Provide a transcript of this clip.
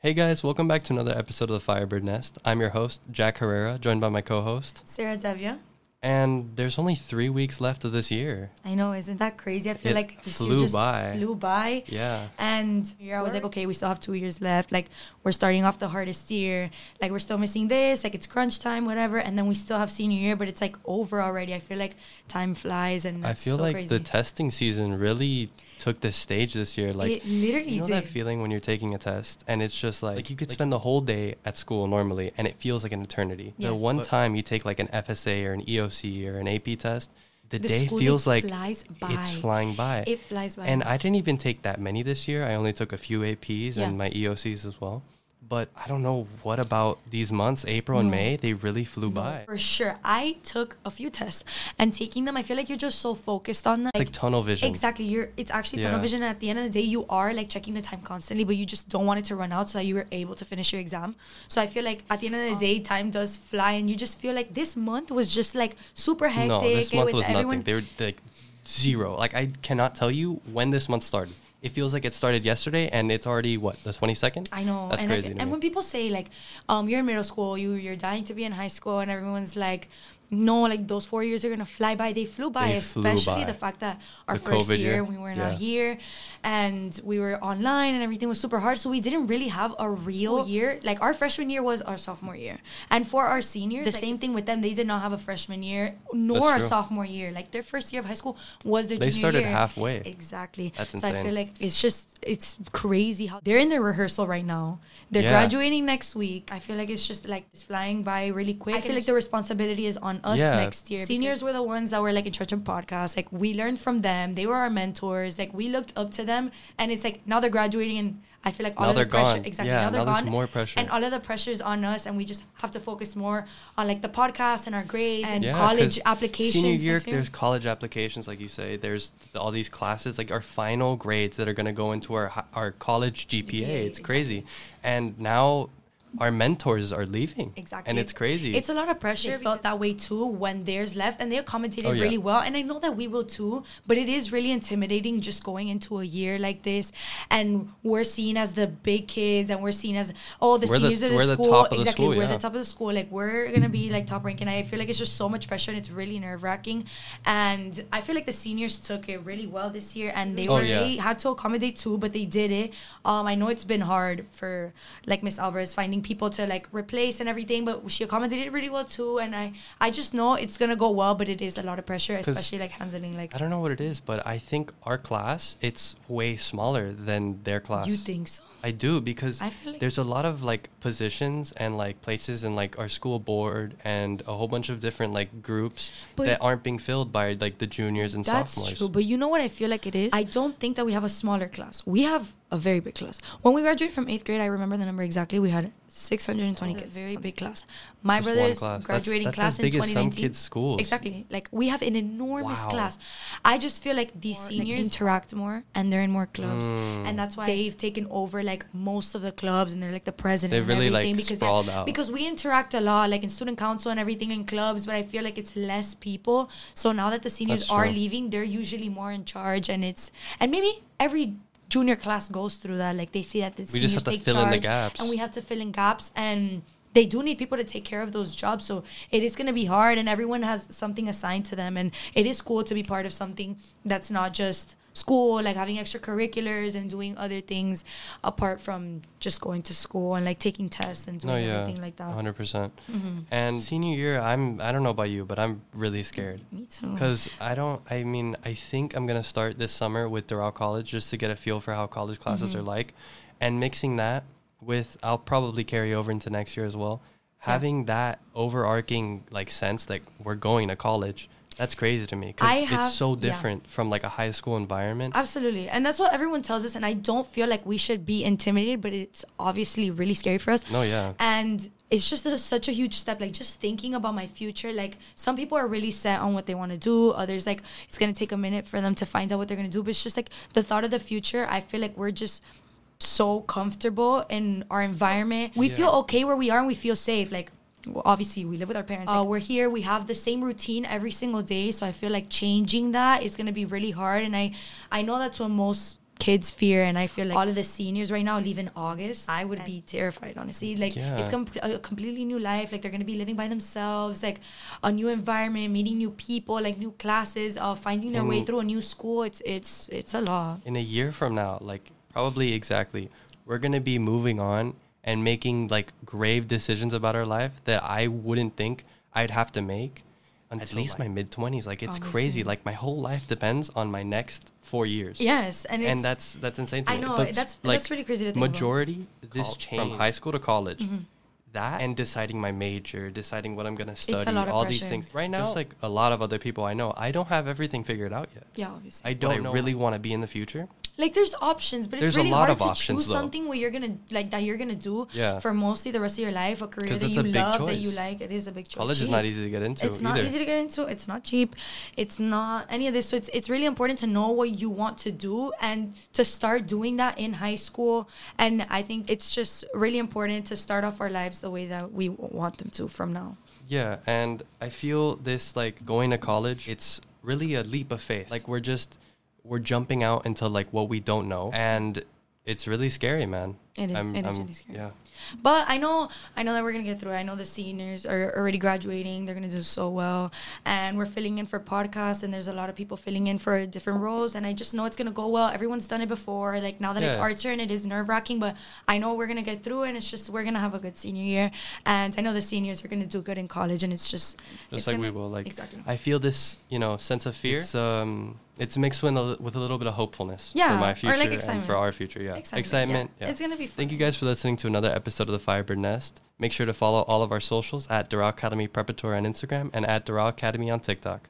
Hey guys, welcome back to another episode of the Firebird Nest. I'm your host, Jack Herrera, joined by my co host. Sarah Davia. And there's only three weeks left of this year. I know, isn't that crazy? I feel It like this flew year just by. flew by. Yeah. And year I was like, okay, we still have two years left. Like we're starting off the hardest year. Like we're still missing this. Like it's crunch time, whatever. And then we still have senior year, but it's like over already. I feel like time flies, and I it's feel so like crazy. the testing season really took the stage this year. Like, it literally you know did. that feeling when you're taking a test and it's just like, you could spend the whole day at school normally and it feels like an eternity. The Yes. one But- time you take like an FSA or an EOC or an AP test, the, The day school feels day like flies it's by. flying by. It flies by. And I didn't even take that many this year. I only took a few APs Yeah. and my EOCs as well. But I don't know what about these months, April and No. May, they really flew No, by. for sure. I took a few tests, and taking them, I feel like you're just so focused on them. It's like tunnel vision. Exactly. You're it's actually tunnel Yeah. vision and at the end of the day you are like checking the time constantly, but you just don't want it to run out so that you were able to finish your exam. So I feel like at the end of the day time does fly and you just feel like this month was just like super hectic No, this and month with was everyone. nothing. They were like zero. Like I cannot tell you when this month started. It feels like it started yesterday and it's already what, the twenty second? I know. That's and crazy. Like, to and me. when people say like, um, you're in middle school, you you're dying to be in high school, and everyone's like, no, like those four years are gonna fly by. They flew by, They flew especially by. the fact that our The first COVID year, year, we were yeah. not here, and we were online, and everything was super hard. So we didn't really have a real year. Like our freshman year was our sophomore year, and for our seniors, the same thing with them. They did not have a freshman year nor a true. sophomore year. Like their first year of high school was their They junior started year. halfway. Exactly. That's So I insane. feel like it's just it's crazy how they're in their rehearsal right now. They're Yeah. graduating next week. I feel like it's just like it's flying by really quick. I feel like the responsibility is on us Yeah. next year. Seniors were the ones that were like in charge of podcasts. Like we learned from them. They were our mentors. Like we looked up to them. And it's like now they're graduating and I feel like all Now of the they're pressure gone. exactly Yeah, now they're now there's gone. more pressure. And all of the pressure is on us and we just have to focus more on like the podcast and our grades and Yeah, 'cause college applications. Senior year, next there's college applications, like you say. There's th- all these classes, like our final grades that are going to go into our hi- our college GPA. GPA, it's crazy, and now our mentors are leaving. Exactly. and it's crazy. It's a lot of pressure. It felt that way too when theirs left, and they accommodated Oh, yeah. really well. And I know that we will too, but it is really intimidating just going into a year like this, and we're seen as the big kids, and we're seen as oh the We're the- seniors of the we're the school. top of the exactly, school, we're yeah. the top of the school. Like we're gonna be like top rank, and I feel like it's just so much pressure, and it's really nerve wracking. And I feel like the seniors took it really well this year, and they Oh, were yeah. really had to accommodate too, but they did it. Um, I know it's been hard for like Miss Alvarez finding people to like replace and everything, but she accommodated really well too. And I, I just know it's gonna go well, but it is a lot of pressure, especially like handling like. I don't know what it is, but I think our class it's way smaller than their class. You think so? I do because I feel like- there's a lot of like positions and like places in like our school board and a whole bunch of different like groups But- that aren't being filled by like the juniors and That's sophomores. true, but you know what I feel like it is. I don't think that we have a smaller class. We have a very big class. When we graduated from eighth grade, I remember the number exactly. We had 620 kids. Very big class. My Just one brother's class. That's- graduating that's class as big in as some 2019. kids' schools. Exactly. Like we have an enormous Wow. class. I just feel like these seniors interact more and they're in more clubs, Mm. and that's why they've taken over like most of the clubs and they're like the president. They've and really, like, everything because they're- sprawled out. because we interact a lot, like in student council and everything in clubs. But I feel like it's less people. So now that the seniors That's are true. leaving, they're usually more in charge, and it's and maybe every junior class goes through that. Like they see that the We just have seniors to take fill in the charge, gaps. and we have to fill in gaps and. They do need people to take care of those jobs, so it is going to be hard, and everyone has something assigned to them, and it is cool to be part of something that's not just school, like having extracurriculars and doing other things apart from just going to school and like taking tests and doing everything like that. Mm-hmm. 100%. percent And senior year, I'm I don't know about you, but I'm really scared. Me too. Cuz I don't I mean, I think I'm going to start this summer with Doral College just to get a feel for how college classes Mm-hmm. are like and mixing that with I'll probably carry over into next year as well. Having that overarching like sense that we're going to college. That's crazy to me I cuz it's have- so yeah. different from like a high school environment. Absolutely. And that's what everyone tells us. And I don't feel like we should be intimidated, but it's obviously really scary for us. No, yeah. And it's just a, such a huge step. Like, just thinking about my future. Like, some people are really set on what they want to do. Others, like, it's going to take a minute for them to find out what they're going to do. But it's just like the thought of the future. I feel like we're just so comfortable in our environment. We feel okay where we are and we feel safe. Like, well, obviously, we live with our parents. Uh, we're here. We have the same routine every single day. So I feel like changing that is going to be really hard. And I, I know that's what most kids fear and i feel like all of the seniors right now leave in august i would be terrified honestly like Yeah. it's com- a completely new life like they're gonna be living by themselves like a new environment meeting new people like new classes uh, finding their way And- through a new school it's it's it's a lot in a year from now, like probably exactly, we're gonna be moving on and making like grave decisions about our life that I wouldn't think I'd have to make until at Until, least like- my mid twenties. Like it's Honestly. crazy. Like my whole life depends on my next four years. yes and it's and that's that's insane. To I me. know, But, that's- like, that's really crazy to think about. Mm-hmm. majority this Col- change change. from high school to college. That And deciding my major, deciding what I'm gonna study, lot of all these pressure. things. Right now, Just- just like a lot of other people I know, I don't have everything figured out yet. yeah obviously I I don't know- really want to be in the future. like there's options, but There's it's a really lot hard of to options, choose though. something where you're gonna like that you're gonna do Yeah. for mostly the rest of your life, a career 'Cause that it's you a big love that choice. you like. It is a big choice. College is not Cheap. easy to get into It's not either. easy to get into. It's not cheap. It's not any of this. So it's it's really important to know what you want to do and to start doing that in high school. And I think it's just really important to start off our lives the way that we w- want them to from now. Yeah, and I feel this like going to college, it's really a leap of faith. Like we're just we're jumping out into like what we don't know and it's really scary, man. It is- it is really scary. Yeah. But I know, I know that we're gonna get through. it. I know the seniors are already graduating; they're gonna do so well, and we're filling in for podcasts. And there's a lot of people filling in for different roles, and I just know it's gonna go well. Everyone's done it before. Like now that it's Yeah. our turn, it is nerve wracking, but I know we're gonna get through, and it's just we're gonna have a good senior year. And I know the seniors are gonna do good in college, and it's just Just it's like gonna- we will like exactly. I feel this, you know, sense of fear. It's, um it's mixed with a, li- with a little bit of hopefulness for Yeah, or, my like, future and excitement. for our future, yeah. Excitement, yeah. It's gonna be fun. Thank you guys for listening to another episode of the Firebird Nest. Make sure to follow all of our socials at Doral Academy Preparatory on Instagram and at Doral Academy on TikTok.